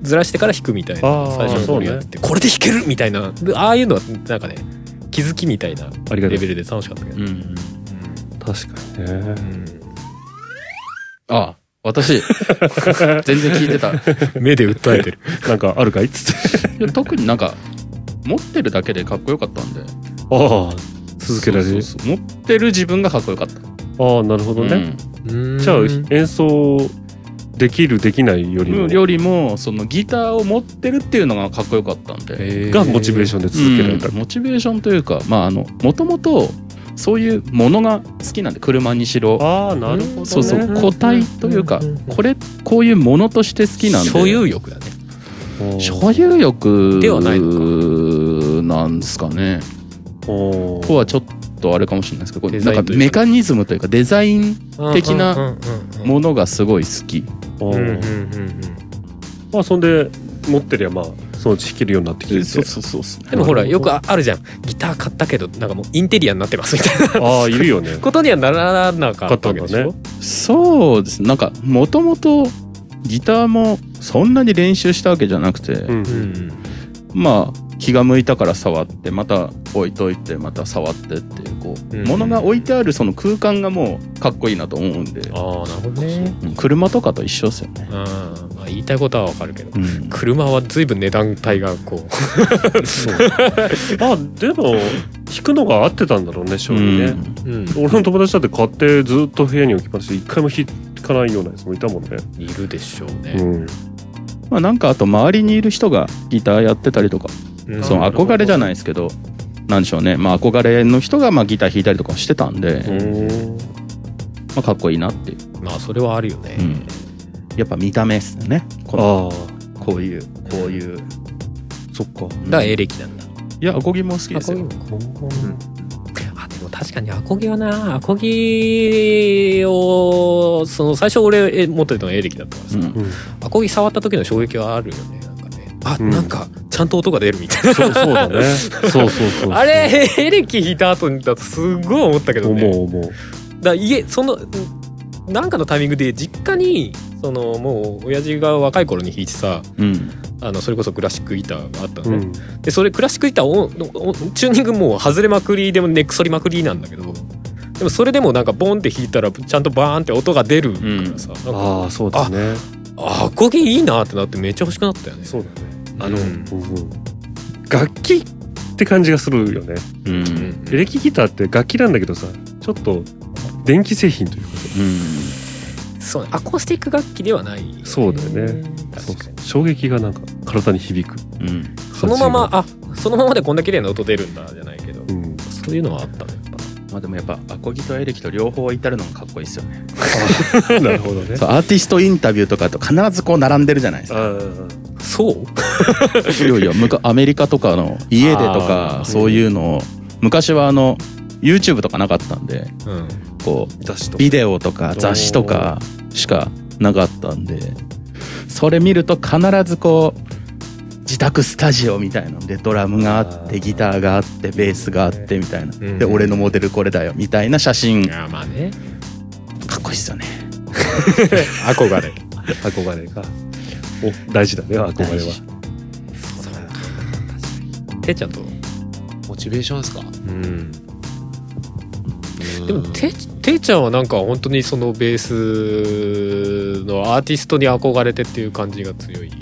Speaker 1: ずらしてから弾くみたい
Speaker 2: あ
Speaker 1: な
Speaker 2: ー
Speaker 1: 最初の頃やってて、これで弾けるみたいなでああいうのはなんかね気づきみたいな
Speaker 2: あ
Speaker 1: レ
Speaker 2: りがとう
Speaker 1: ベルで楽しかったけど、
Speaker 4: うん
Speaker 2: 確かにね
Speaker 1: うん
Speaker 4: あ、私、全然聞いてた。い
Speaker 1: 目で訴えてる。
Speaker 2: なんかあるかいっつって
Speaker 4: や特になんか、持ってるだけでかっこよかったんで。
Speaker 2: ああ続けられる
Speaker 4: そうそうそう持ってる自分がかっこよかった。
Speaker 2: ああなるほどね、 じゃあ演奏できるできないより
Speaker 4: うん
Speaker 2: も
Speaker 4: よりも、そのギターを持ってるっていうのがかっこよかったんで。
Speaker 2: がモチベーシ
Speaker 1: ョ
Speaker 2: ョンで続けられた
Speaker 4: うん、モチベーションというか、まあ、あの、もともと、そういうものが好きなんで、車にしろ。
Speaker 2: ああなるほど、ね、
Speaker 4: そうそう、個体というか
Speaker 1: うんうんうん、
Speaker 4: これ、こういうものとして好きなんで。
Speaker 1: 所有欲だね。
Speaker 2: おー
Speaker 4: 所有欲
Speaker 1: ではない
Speaker 4: なんですかね。
Speaker 2: おー
Speaker 4: ここはちょっとあれかもしれないですけど、こ
Speaker 1: デ
Speaker 4: れ
Speaker 1: ザ
Speaker 4: な
Speaker 1: イン
Speaker 4: ん
Speaker 1: と
Speaker 4: か
Speaker 1: いうか
Speaker 4: メカニズムというかデザイン的な
Speaker 1: うんうん
Speaker 4: ものがすごい好き。
Speaker 1: う
Speaker 2: お
Speaker 1: んうん。うんうん
Speaker 2: ー
Speaker 1: うん
Speaker 2: まあそんで持ってりゃまあそのうち弾けるようになってきてて
Speaker 4: そうそうそう。
Speaker 1: でもほらよくあるじゃんギター買ったけどなんかもうインテリアになってますみたいな
Speaker 2: ああいるよね
Speaker 1: ことにはならなかったわけでし
Speaker 2: 買っ
Speaker 1: ょ
Speaker 4: そうですなんかもともとギターもそんなに練習したわけじゃなくて、
Speaker 2: うん
Speaker 1: うん
Speaker 4: まあ気が向いたから触ってまた置いといてまた触ってっていうこう、
Speaker 1: うん
Speaker 4: 物が置いてあるその空間がもうかっこいいなと思うんで、
Speaker 1: ああなるほどね
Speaker 4: うん車とかと一緒ですよね。
Speaker 1: あまあ言いたいことはわかるけど
Speaker 4: うん
Speaker 1: 車は随分値段帯がこう
Speaker 2: まあでも弾くのが合ってたんだろうね正味ね、
Speaker 1: うん
Speaker 2: 俺の友達だって買ってずっと部屋に置きっぱなしで一回も弾かないようなやつもいたもんね
Speaker 1: いるでしょう
Speaker 2: う
Speaker 1: ね
Speaker 2: ん
Speaker 4: まあなんかあと周りにいる人がギターやってたりとか
Speaker 1: うん
Speaker 4: その憧れじゃないですけどなんでしょうねまあ憧れの人がまあギター弾いたりとかしてたんで、
Speaker 2: う
Speaker 4: ま
Speaker 2: ん
Speaker 4: あ、かっこいいなっていう
Speaker 1: まあそれはあるよね
Speaker 4: うんやっぱ見た目ですよねこの
Speaker 2: ああ
Speaker 4: こういうこういう
Speaker 2: そっか
Speaker 1: だからエレキなんだ
Speaker 4: いやアコギも好きです
Speaker 1: ア
Speaker 4: よ
Speaker 1: コギあでも確かにアコギはなアコギをその最初俺え持ってたのエレキだったからさ、
Speaker 4: うん
Speaker 2: うん
Speaker 1: アコギ触った時の衝撃はあるよねなんかねあ、
Speaker 2: うん
Speaker 1: なんかちゃんと音が出るみたいな
Speaker 2: そうそうだね そうそうそうそう
Speaker 1: あれエレキ弾いた後だとすごい思ったけどね
Speaker 2: 思う思う
Speaker 1: だから家そのうんなんかのタイミングで実家にそのもう親父が若い頃に弾いてさ
Speaker 4: うん
Speaker 1: あのそれこそクラシックギターがあったの
Speaker 2: う
Speaker 1: ね、
Speaker 2: ん
Speaker 1: でそれクラシックギターをおおチューニングもう外れまくりでもネクソりまくりなんだけどでもそれでもなんかボンって弾いたらちゃんとバーンって音が出るからさ、なんか
Speaker 2: ああそうだね
Speaker 1: あアコギいいなってなってめっちゃ欲しくなったよね
Speaker 2: そうだね
Speaker 1: あの、うん
Speaker 2: うんうん楽器って感じがするよね
Speaker 4: うんうん
Speaker 1: うん
Speaker 2: エレキギターって楽器なんだけどさちょっと電気製品というかさ
Speaker 1: そうねアコースティック楽器ではない、
Speaker 2: そうだよねそ
Speaker 1: 確
Speaker 2: う
Speaker 1: か
Speaker 2: そう
Speaker 1: に
Speaker 2: 衝撃がなんか体に響く
Speaker 4: うん
Speaker 1: そのままあそのままでこんな綺麗な音出るんだじゃないけど、
Speaker 2: うん
Speaker 1: そういうのはあったね
Speaker 4: まあでもやっぱアコギとエレキと両方至るのがかっこいいですよね
Speaker 2: なるほどね
Speaker 4: そうアーティストインタビューとかと必ずこう並んでるじゃないですか
Speaker 2: あ
Speaker 1: そう
Speaker 4: いやいやむかアメリカとかの家でと
Speaker 2: あー
Speaker 4: かそういうのを昔はあの YouTube とかなかったんで
Speaker 1: うん
Speaker 4: こう
Speaker 2: 雑誌とか
Speaker 4: ビデオとか雑誌とかしかなかったんでそれ見ると必ずこう自宅スタジオみたいなのでドラムがあっ
Speaker 2: あー
Speaker 4: てギターがあってベースがあってみたいな
Speaker 1: うん
Speaker 4: で俺のモデルこれだよみたいな写真か
Speaker 1: あまあね
Speaker 4: っこいいっすよね
Speaker 1: 憧れ
Speaker 2: 憧れがお大事だね憧れ
Speaker 4: 大
Speaker 2: は
Speaker 4: 事
Speaker 1: てっちゃんと
Speaker 3: モチベーションですか
Speaker 1: うん
Speaker 3: うん
Speaker 1: でもてていちゃんはなんか本当にそのベースのアーティストに憧れてっていう感じが強い
Speaker 2: だ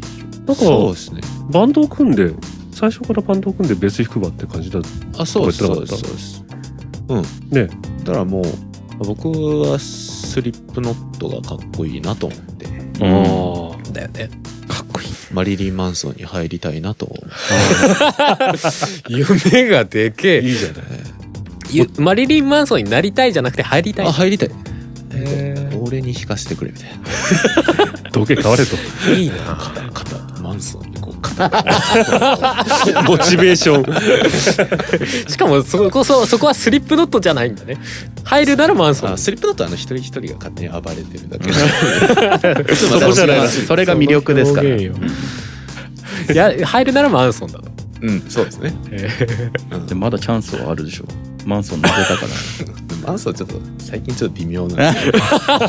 Speaker 2: か
Speaker 3: そう
Speaker 2: ら
Speaker 3: ですね
Speaker 2: バンドを組んで最初からバンドを組んでベース弾くわって感じだ
Speaker 3: あそうです
Speaker 2: こ
Speaker 3: そ
Speaker 2: れ
Speaker 3: う
Speaker 2: っ
Speaker 3: で
Speaker 2: てな
Speaker 3: すそ
Speaker 2: か
Speaker 3: うですうん
Speaker 2: ね
Speaker 3: だからもう僕はスリップノットがかっこいいなと思って
Speaker 2: あ
Speaker 1: だよね
Speaker 3: かっこいいマリリン・マンソンに入りたいなと思って
Speaker 1: 夢がでけえ
Speaker 2: いいじゃない
Speaker 1: ゆマリリン・マンソンになりたいじゃなくて入りたい
Speaker 3: あ入りたい
Speaker 1: へー
Speaker 3: 俺に弾かせてくれみたいな
Speaker 2: 時計変われと
Speaker 1: いいな
Speaker 3: 肩肩マンソンにこう肩が
Speaker 2: モチベーション
Speaker 1: しかもそこそそこはスリップノットじゃないんだね入るならマンソン
Speaker 3: あスリップノットはあの一人一人が勝手に暴れてるだけ
Speaker 2: そこじゃないな
Speaker 4: それが魅力ですから
Speaker 1: 表現よいや入るならマンソンだと
Speaker 3: うんそうですね、
Speaker 1: え
Speaker 3: うん
Speaker 4: でまだチャンスはあるでしょマンソンの出たから
Speaker 3: マンソンちょっと最近ちょっと微妙なんですけどそう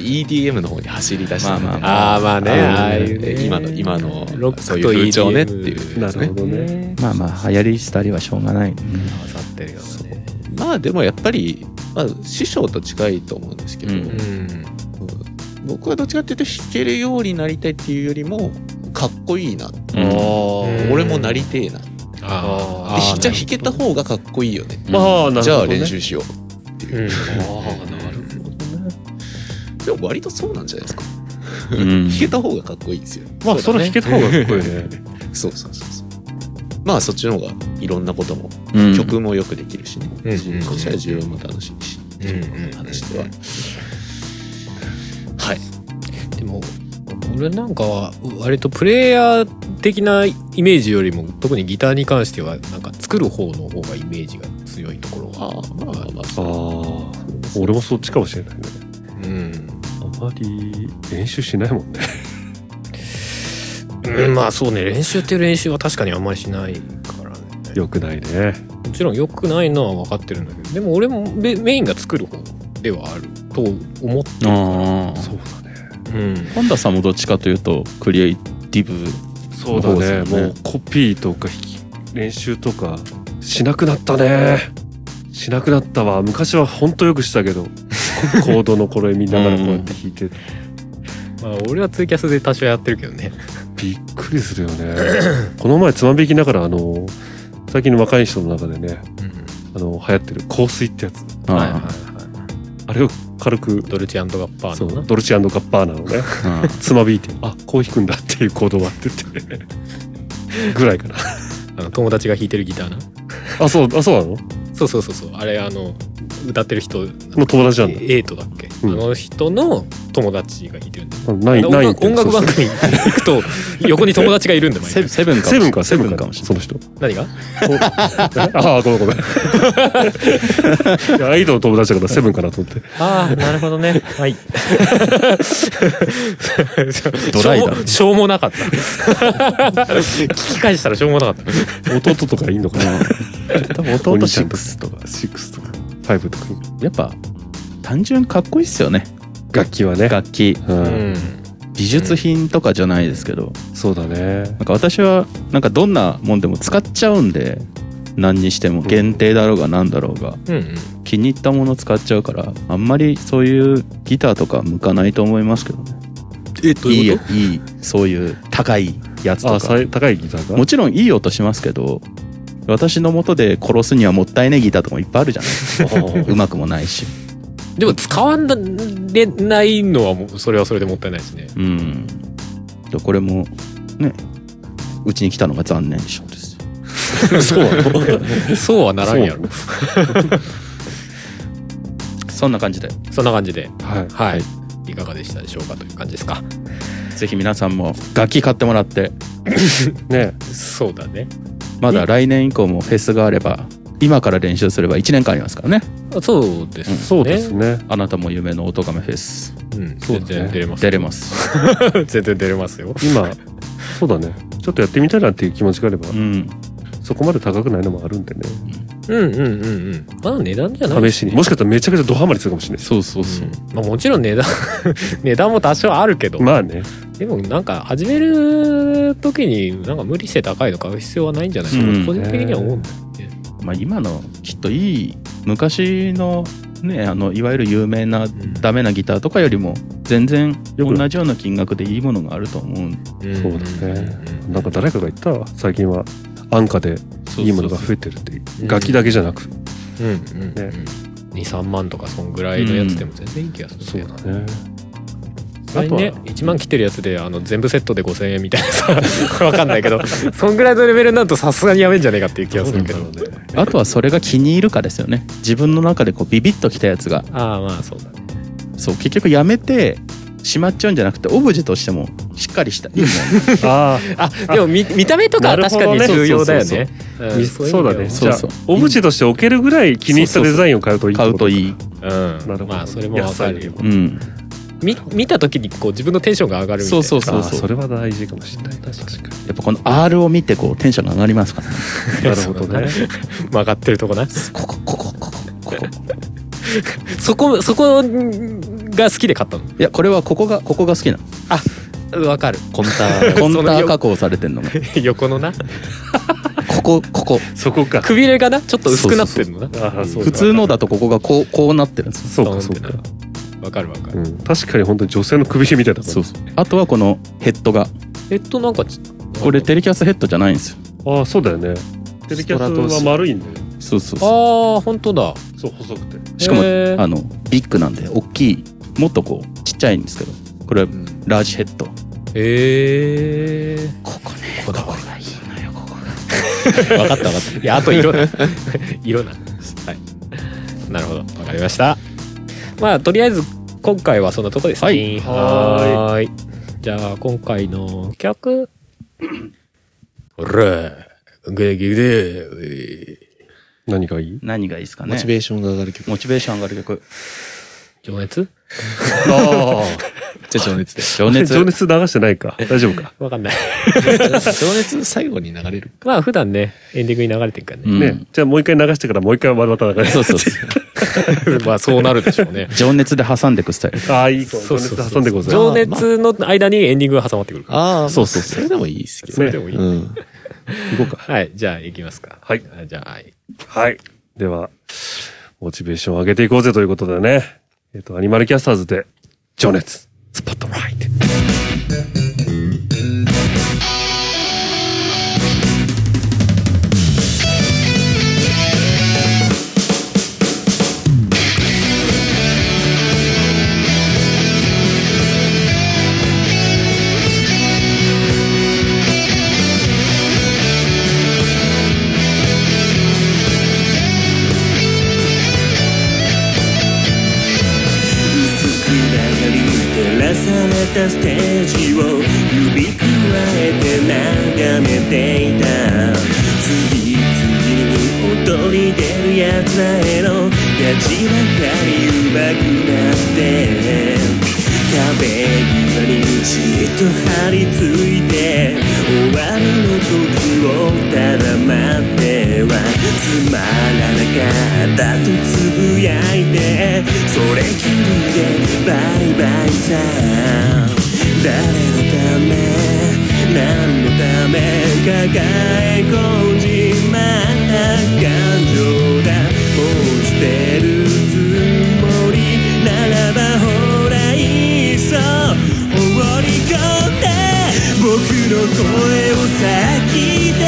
Speaker 3: EDM の方に走り出してるんで
Speaker 4: まあま
Speaker 1: ああまあねああ
Speaker 3: あ
Speaker 1: いうね
Speaker 3: ね今の今の
Speaker 1: ロックと
Speaker 3: そういう風潮ねって
Speaker 1: EDM
Speaker 3: い う
Speaker 2: な
Speaker 3: やつ
Speaker 2: る
Speaker 3: ね
Speaker 2: ほどね
Speaker 4: まあまあ流行りしたりはしょうがない、
Speaker 1: 混ざってるよね
Speaker 3: まあでもやっぱり、まあ、師匠と近いと思うんですけど、
Speaker 4: う
Speaker 1: うんん
Speaker 3: うん僕はどっちかっていうと弾けるようになりたいっていうよりもかっこいいな、
Speaker 4: うん
Speaker 1: うん
Speaker 3: 俺もなりてえなで
Speaker 1: あ
Speaker 2: ー
Speaker 3: じゃあ弾けた方がかっこいいよね
Speaker 2: まあなるほど、ね、
Speaker 3: じゃあ練習しようっていう、
Speaker 1: ああなるほど
Speaker 3: でも割とそうなんじゃないですか、
Speaker 4: ん
Speaker 3: 弾けた方がかっこいいですよ
Speaker 2: まあ
Speaker 1: そ
Speaker 2: そう
Speaker 1: だね
Speaker 2: れ弾けた方がかっこいいね
Speaker 3: そうそうそうそうまあそっちの方がいろんなことも、
Speaker 4: うん
Speaker 3: 曲もよくできるしね、
Speaker 1: うんうん
Speaker 3: そしたら自分も楽しいし、
Speaker 1: うんうん
Speaker 3: 話では、はい
Speaker 1: でも俺なんかは割とプレイヤー的なイメージよりも特にギターに関してはなんか作る方の方がイメージが強いところ
Speaker 3: あ
Speaker 1: は
Speaker 3: あまあまあ
Speaker 2: あ
Speaker 3: まあ
Speaker 2: あ 俺もそっちかもしれないね
Speaker 1: うん、
Speaker 2: あまり練習しないもんね
Speaker 1: うんまあそうね練習っていう練習は確かにあんまりしないからね
Speaker 2: よくないね
Speaker 1: もちろん良くないのは分かってるんだけどでも俺もメメインが作る方ではあると思って
Speaker 4: ああ
Speaker 2: そうだね
Speaker 1: うん
Speaker 4: 本田さんもどっちかというとクリエイティブ
Speaker 2: そうだ
Speaker 4: そう
Speaker 2: ね
Speaker 4: ですよね
Speaker 2: もうコピーとか弾き練習とかしなくなったねしなくなったわ昔はほんとよくしたけ どココードのこれ見ながらこうやって弾いて
Speaker 1: まあ俺はツイキャスで多少やってるけどね
Speaker 2: びっくりするよ ねこの前つまびきながらあの最近の若い人の中でねあの流行ってる香水ってやつ
Speaker 4: あー
Speaker 1: はいはいはい
Speaker 2: あれを軽く
Speaker 1: ドルチアンドガッパー
Speaker 2: そ
Speaker 1: の
Speaker 2: うドルチアンドガッパーナの ねつまびいてあこう弾くんだっていう行動があってってぐらいかな
Speaker 1: あの友達が弾いてるギターな
Speaker 2: あそうあそうなの
Speaker 1: そうそうそうそうあれあの歌ってる人
Speaker 2: の友達なんだ
Speaker 1: エイトだっけ、
Speaker 2: うん
Speaker 1: あの人の友達が弾いてるんだよ
Speaker 2: あない
Speaker 1: 音
Speaker 2: ない
Speaker 1: 楽音楽番組に行くと横に友達がいるんだよ毎
Speaker 4: セ
Speaker 1: 回
Speaker 4: セブンかもし
Speaker 2: セ
Speaker 4: れ
Speaker 2: ブンかセブンか
Speaker 4: ないか
Speaker 2: も
Speaker 4: も
Speaker 2: し
Speaker 4: し
Speaker 2: れ
Speaker 4: れ
Speaker 2: ないその人
Speaker 1: 何が
Speaker 2: ああごめん ごめんいやアイドルの友達だからセブンかなと思って
Speaker 1: ああなるほどねはい
Speaker 4: ドライだね
Speaker 1: しょうもしょうもなかった聞き返したらしょうもなかった
Speaker 2: 弟とかいんのかな
Speaker 4: ない多分
Speaker 2: お
Speaker 4: 弟
Speaker 2: 兄ちゃんと
Speaker 4: 6とか
Speaker 2: 6とか5とかいんの
Speaker 4: やっぱ単純にかっこいいっすよね
Speaker 2: 楽器はね
Speaker 4: 楽器
Speaker 2: うん
Speaker 1: うん
Speaker 4: 美術品とかじゃないですけど
Speaker 2: そうだね
Speaker 4: なんか私はなんかどんなもんでも使っちゃうんで何にしても限定だろうが何だろうが
Speaker 1: うんうん
Speaker 4: 気に入ったもの使っちゃうからあんまりそういうギターとか向かないと思いますけどね
Speaker 1: えどう
Speaker 4: い
Speaker 1: いう
Speaker 4: い
Speaker 1: こ
Speaker 4: いいそういう高いやつ
Speaker 2: あ
Speaker 4: と
Speaker 2: あ
Speaker 4: か
Speaker 2: さい高いギター
Speaker 4: も
Speaker 2: が
Speaker 4: ちろんいい音しますけど私の元で殺すにはもったいないギターとかもいっぱいあるじゃないです かうまくもないし
Speaker 1: とでも使われないのはもうそれはそれでもったいないしね
Speaker 4: うんでこれもねうちに来たのが残念賞ですよ
Speaker 1: そうそうはならんやろ
Speaker 4: そんな感じで
Speaker 1: そんな感じで
Speaker 2: はい
Speaker 1: はい、い、かがでしたでしょうかという感じですか
Speaker 4: ぜひ皆さんも楽器買ってもらって
Speaker 2: ね
Speaker 1: そうだね
Speaker 4: まだ来年以降もフェスがあれば今から練習すれば1年間ありますからね
Speaker 1: そうですね。
Speaker 2: そうですね。
Speaker 4: あなたも夢の音がめフェス
Speaker 1: うん、
Speaker 2: そう
Speaker 1: 全
Speaker 2: だ
Speaker 1: 然
Speaker 2: ね
Speaker 1: 出れます。
Speaker 4: 出れます、
Speaker 1: 全然出れますよ。
Speaker 2: 今、そうだね。ちょっとやってみたいなっていう気持ちがあれば
Speaker 4: う、ん、
Speaker 2: そこまで高くないのもあるんでね。
Speaker 1: うんうんうんうん。まあ値段じゃない
Speaker 2: 試しに。もしかしたらめちゃくちゃドハマりするかもしれないです。
Speaker 4: そうそうそう、
Speaker 1: うんまあもちろん値段 値段も多少あるけど、
Speaker 2: まあね。
Speaker 1: でもなんか始める時になんか無理して高いの買う必要はないんじゃないかな、
Speaker 4: うん
Speaker 1: 個人的には思うんだよね。
Speaker 4: まあ、今のきっといい昔のねあのいわゆる有名なダメなギターとかよりも全然同じような金額でいいものがあると思うん
Speaker 1: うん
Speaker 2: そうだねなんか誰かが言ったわ最近は安価でいいものが増えてるっていう
Speaker 1: うん
Speaker 2: 楽器だけじゃなく
Speaker 1: うんうんうん、
Speaker 2: ね
Speaker 1: 23万とかそんぐらいのやつでも全然いい気がするんだよな。
Speaker 2: ね
Speaker 1: あとね1万切ってるやつであの全部セットで5,000円みたいなさ わかんないけどそんぐらいのレベルになるとさすがにやべえんじゃねえかっていう気がするけど
Speaker 2: どうなんだろうね
Speaker 4: あとはそれが気に入るかですよね自分の中でこうビビッときたやつが
Speaker 1: ああまあそうだね
Speaker 4: そう結局やめてしまっちゃうんじゃなくてオブジェとしてもしっかりしたいいもの
Speaker 2: あ
Speaker 1: あでも見見た目とかは確かに
Speaker 2: なるほ
Speaker 1: 重
Speaker 2: どね
Speaker 1: 要だよね
Speaker 2: あ
Speaker 1: ん
Speaker 2: みそうだね
Speaker 1: い
Speaker 2: じゃあ
Speaker 4: そうそう
Speaker 2: オブジェとして置けるぐらい気に入ったデザインを買うといい
Speaker 4: 買うとい
Speaker 1: う
Speaker 4: い、
Speaker 1: 意味ではうん
Speaker 2: なるほど
Speaker 1: まあそれもわかるよ
Speaker 4: うん、
Speaker 1: み見た時にこう自分のテンションが上がるみたいな
Speaker 4: そう
Speaker 2: そう
Speaker 4: そう
Speaker 2: それは大事かもしれない確か
Speaker 4: やっぱこの R を見てこうテンションが上がりますから、ね、
Speaker 2: になるほどね
Speaker 1: 曲がってるとこな
Speaker 4: ここここここここ
Speaker 1: そこそこが好きで買ったの
Speaker 4: いやこれはここがここが好きな の
Speaker 1: うんわかる
Speaker 4: コンター コンター加工されてん のが
Speaker 1: 横のな
Speaker 4: ここここ
Speaker 2: そこか
Speaker 1: くびれがなちょっと薄くなってるのな
Speaker 2: ああそう
Speaker 4: 普通のだとここがこうこうなってるんですよ
Speaker 2: そうかそう
Speaker 1: ド
Speaker 2: か
Speaker 1: ーンってなわかるわかる
Speaker 2: うん確かに本当に女性の首みたいだ
Speaker 4: そううそうあとはこのヘッドが
Speaker 1: えっとなんかち
Speaker 4: これテレキャスヘッドじゃないんですよ
Speaker 2: ああそうだよねテレキャスは丸いんだよ
Speaker 4: そうそう
Speaker 1: あ
Speaker 4: そ
Speaker 1: あ本当だ
Speaker 2: そう細くて
Speaker 4: うしかも
Speaker 1: へー
Speaker 4: あのビッグなんで大きいもっとこうちっちゃいんですけどこれはラージヘッド
Speaker 1: へえ
Speaker 4: ここねここがいいのよここが
Speaker 1: 分かった分かったいやあと 色な色なはいなるほど分かりましたまあとりあえず今回はそんなとこですね
Speaker 4: はい
Speaker 1: はーいじゃあ今回の客ほらグレグレうい
Speaker 2: 何がいい
Speaker 4: 何がいいですかね
Speaker 3: モチベーションが上がる曲。
Speaker 4: モチベーション上がる曲
Speaker 1: 情熱
Speaker 2: あ
Speaker 3: じゃあ情熱で。
Speaker 4: 情
Speaker 2: あ
Speaker 4: 熱
Speaker 2: 情熱流してないか大丈夫か
Speaker 1: 分かんない
Speaker 3: 情熱最後に流れる。
Speaker 1: まあ普段ねエンディングに流れてるからね、
Speaker 4: うん
Speaker 2: ねじゃあもう一回流してからもう一回また流れ
Speaker 4: そうそうそう
Speaker 1: まあそうなるでしょうね
Speaker 4: 情熱で挟んでいくスタイル
Speaker 2: ああ、いい子、
Speaker 1: そ
Speaker 2: 情
Speaker 1: うそう
Speaker 2: 熱
Speaker 1: そう
Speaker 2: 挟んでくださ い。
Speaker 1: 情熱の間にエンディングが挟まってくるから
Speaker 3: ああ、
Speaker 2: そうそうそう
Speaker 3: それでもいいですけ
Speaker 1: そ
Speaker 3: ど
Speaker 1: れ
Speaker 3: ね。
Speaker 1: でもいい、
Speaker 3: うん。
Speaker 2: 行こうか。
Speaker 1: はいじゃあ行きますか
Speaker 2: はい
Speaker 1: じゃあはい
Speaker 2: はい。では、モチベーションを上げていこうぜということでね。えっと、アニマルキャスターズで、情熱、スポットライト。
Speaker 5: 薄く流れ照らされたステージを指くわえて眺めていた次々に踊り出るやつらへのやじばかりうまくなって壁際にじっと張り付いて終わりの時をただ待ってはつまらなかったとつぶやいてそれきりでバイバイさ誰のため何のため抱え込んじまった感情がもう捨てるつもりならばほらいっそ放り込んで僕の声を先で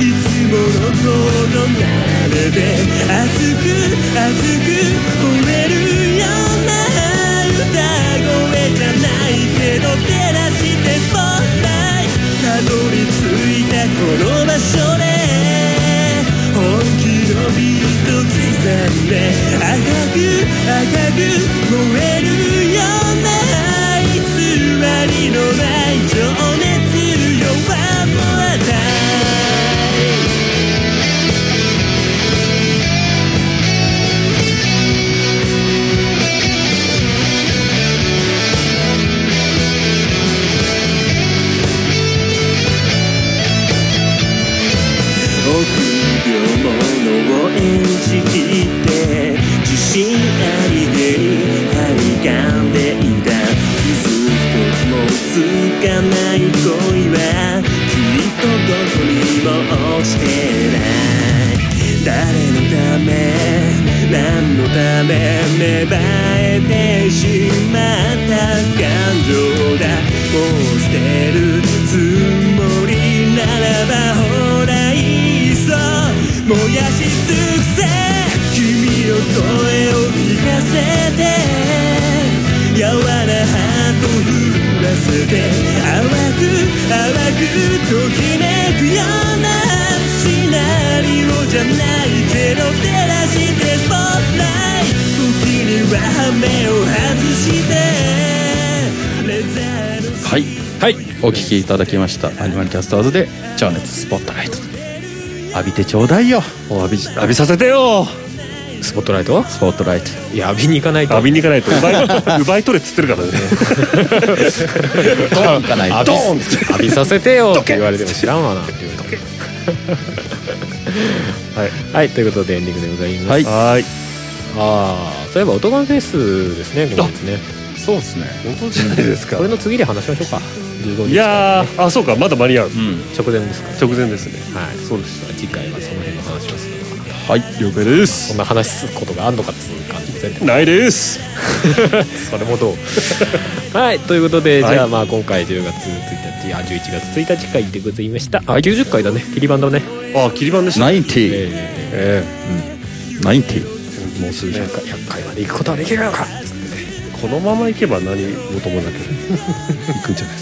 Speaker 5: いつものこの鍋で熱く熱く吠えるような歌声じゃないけど照らしてスポッライトたどり着いたこの場所で本気のビート刻んで赤く赤く燃えるような偽りのない情熱よ One more time ない恋はきっとどこにも落ちてない誰のため何のため芽生えてしまった感情だもう捨てるつもりならばほらいっそ燃やし尽くせ君の声を聞かせて柔らハート降らせて淡く淡くときめくようなシナリオじゃないけど照らしてスポットライト時には目を外してレザーの
Speaker 4: はい
Speaker 1: はい
Speaker 4: お聞きいただきましたアニマルキャスターズで「情熱スポットライト」浴びてちょうだいよ
Speaker 2: お浴びじ浴びさせてよ
Speaker 1: スポットライト
Speaker 4: スポットライ ト
Speaker 1: いや浴びに行かないと
Speaker 2: 浴びに行 かないと奪い奪い取れっつってるからね
Speaker 4: ドンかない
Speaker 1: 浴び浴びさせてよって言われても知らんわなはい、はい、ということでエンディングでございます、
Speaker 4: はい
Speaker 2: はーい
Speaker 1: ああそういえば男のフェスですね今月ね
Speaker 4: そうですね
Speaker 2: 本当じゃないですか
Speaker 1: これの次で話しましょうか15日
Speaker 2: いやーあそうかまだ間に合う
Speaker 4: うん
Speaker 1: 直前ですか
Speaker 2: 直前ですね
Speaker 1: はいそうでした次回はその辺の話をするのかな
Speaker 4: はい了解で
Speaker 1: そ
Speaker 4: す
Speaker 1: んな話すことがあんのかっつう感じですね
Speaker 2: ないです
Speaker 1: それも どうはいということで、
Speaker 2: はい
Speaker 1: じゃあまあ今回10月1日あ11月1日回でございましたあ90回だね切り番だね
Speaker 2: あ切り番でした
Speaker 4: ナインティ
Speaker 1: え
Speaker 4: ナインティ
Speaker 1: えもう数百回100回まで行くことはできるのかつってね
Speaker 2: このままいけば何事もなくいくんじゃな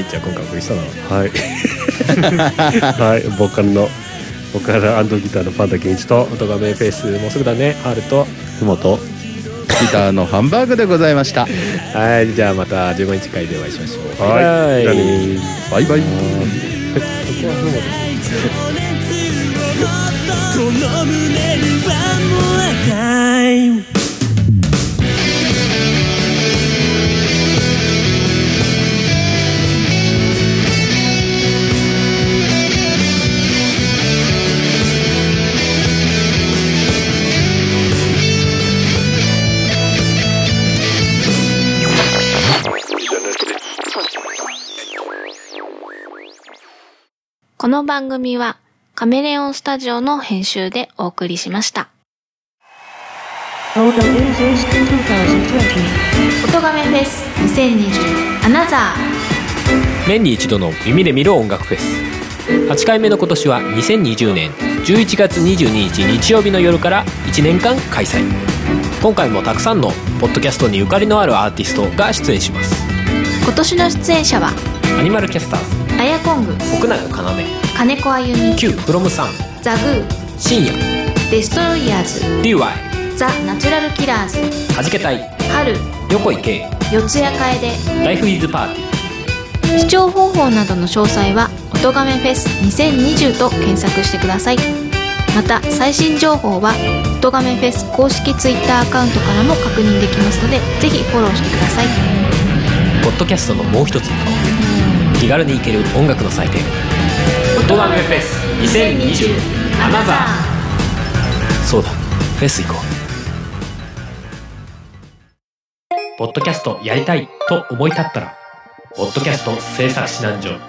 Speaker 1: は
Speaker 2: いです
Speaker 1: いじゃあ今回お送りしたのは
Speaker 2: かはいは いボーカルのボーカルギターのパンダケンイチと
Speaker 1: 音がめフェイスもうすぐだねあると
Speaker 4: ふもとギターのハンバーグでございました
Speaker 1: はいじゃあまた15日回でお会いしましょう
Speaker 2: はいじゃ
Speaker 1: は
Speaker 2: あね
Speaker 1: い
Speaker 4: バイバイ
Speaker 5: 情熱をもっとこの胸にはもう赤い
Speaker 6: この番組はカメレオンスタジオの編集でお送りしました。
Speaker 7: Total Music 2020.
Speaker 6: 音亀フェス2020アナザー。
Speaker 1: 年に一度の耳で見る音楽フェス8回目の今年は2020年11月22日日曜日の夜から1年間開催今回もたくさんのポッドキャストにゆかりのあるアーティストが出演します
Speaker 6: 今年の出演者は
Speaker 1: アニマルキャスターズ
Speaker 6: アヤコング、
Speaker 1: 奥永要
Speaker 6: 金子あゆみ、
Speaker 1: Q フロムさん
Speaker 6: ザグー、
Speaker 1: 深夜
Speaker 6: デストロイヤーズ、
Speaker 1: DY は
Speaker 6: ザ・ナチュラルキラーズ、
Speaker 1: じけたい
Speaker 6: 春、
Speaker 1: 横井圭
Speaker 6: 四谷楓、
Speaker 1: ライフイズパーティ
Speaker 6: 視聴方法などの詳細は音亀フェス2020と検索してください。また最新情報は音亀フェス公式 Twitter アカウントからも確認できますので、ぜひフォローしてください。
Speaker 1: ーポッドキャストのもう一つの顔気軽に行ける音楽の祭典音ガメフェス2020アナザーそうだフェス行こうポッドキャストやりたいと思い立ったら「ポッドキャスト制作指南所」